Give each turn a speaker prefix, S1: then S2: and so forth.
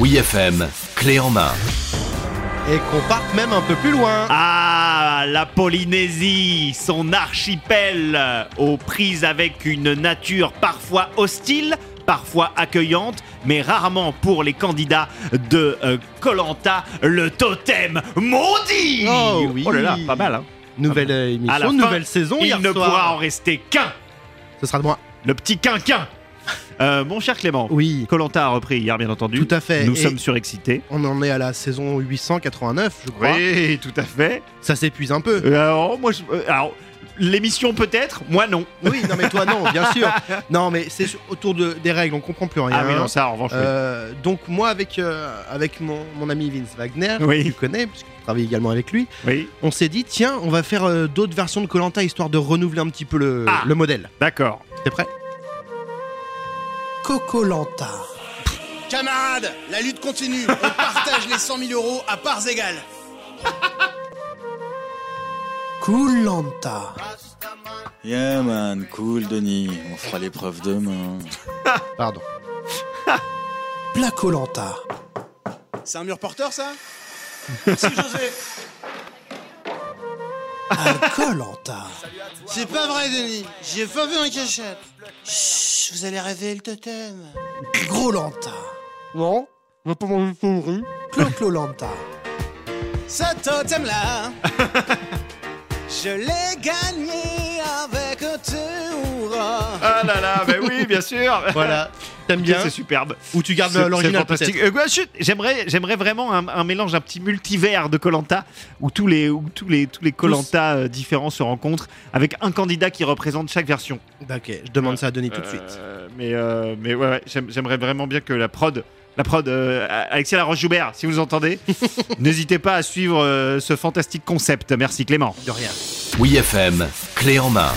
S1: Oui FM, clé en main.
S2: Et qu'on parte même un peu plus loin.
S3: Ah, la Polynésie, son archipel, aux prises avec une nature parfois hostile, parfois accueillante, mais rarement pour les candidats de euh, Colanta, le totem maudit.
S2: Oh oui.
S3: là là, pas mal. Hein.
S2: Nouvelle euh,
S3: À la
S2: émission,
S3: fin,
S2: nouvelle saison.
S3: Il
S2: hier
S3: ne
S2: soir.
S3: pourra en rester qu'un,
S2: Ce sera de moi.
S3: le petit quinquin. Euh, mon cher Clément,
S2: Oui,
S3: Colanta a repris hier, bien entendu.
S2: tout à fait.
S3: Nous
S2: Et
S3: sommes surexcités.
S2: On en est à la saison 889, je crois.
S3: Oui, tout à fait.
S2: Ça s'épuise un peu.
S3: Euh, Alors, moi, je- euh, alors, l'émission peut-être, moi non.
S2: Oui, non mais toi non, bien sûr. Non mais c'est sur- autour de, des règles, on comprend plus rien.
S3: Ah oui, non, ça en revanche. oui.
S2: Euh, donc moi avec, euh, avec mon, mon ami Vince Wagner,
S3: Oui.
S2: que tu connais, puisque tu travailles également avec lui,
S3: Oui,
S2: on s'est dit tiens, on va faire euh, d'autres versions de Colanta histoire de renouveler un petit peu le,
S3: Ah.
S2: le modèle.
S3: d'accord.
S2: T'es prêt
S4: Cocolanta.
S5: Camarades, la lutte continue. On partage les 100 000 euros à parts égales.
S4: Coulanta.
S6: Yeah man, cool Denis, on fera l'épreuve demain.
S2: Pardon.
S4: Placolanta.
S5: C'est un mur porteur, ça Merci, José.
S4: Alcoolanta.
S5: C'est pas vrai, Denis. J'ai pas vu un cachette. Chut, vous allez rêver le totem.
S4: Grolanta. Non, va pas manger Cloclolanta.
S5: Ce totem-là, je l'ai gagné avec Théoura.
S3: Ah là là, ben oui, bien sûr.
S2: Voilà. T'aimes bien
S3: C'est superbe.
S2: Ou tu gardes
S3: C'est-
S2: l'original
S3: c'est fantastique.
S2: peut-être
S3: Euh, ouais, chut, j'aimerais, j'aimerais vraiment un, un mélange, un petit multivers de Colanta où tous les, où tous les, tous les Colanta euh, différents se rencontrent avec un candidat qui représente chaque version.
S2: Bah, Ok, je demande ça à Denis tout de suite.
S3: Euh, mais, euh, mais ouais, ouais, j'aime- j'aimerais vraiment bien que la prod. La prod, euh, Alexis Laroche Joubert, si vous entendez, n'hésitez pas à suivre euh, ce fantastique concept. Merci Clément.
S2: De rien.
S1: Oui FM, clé en main.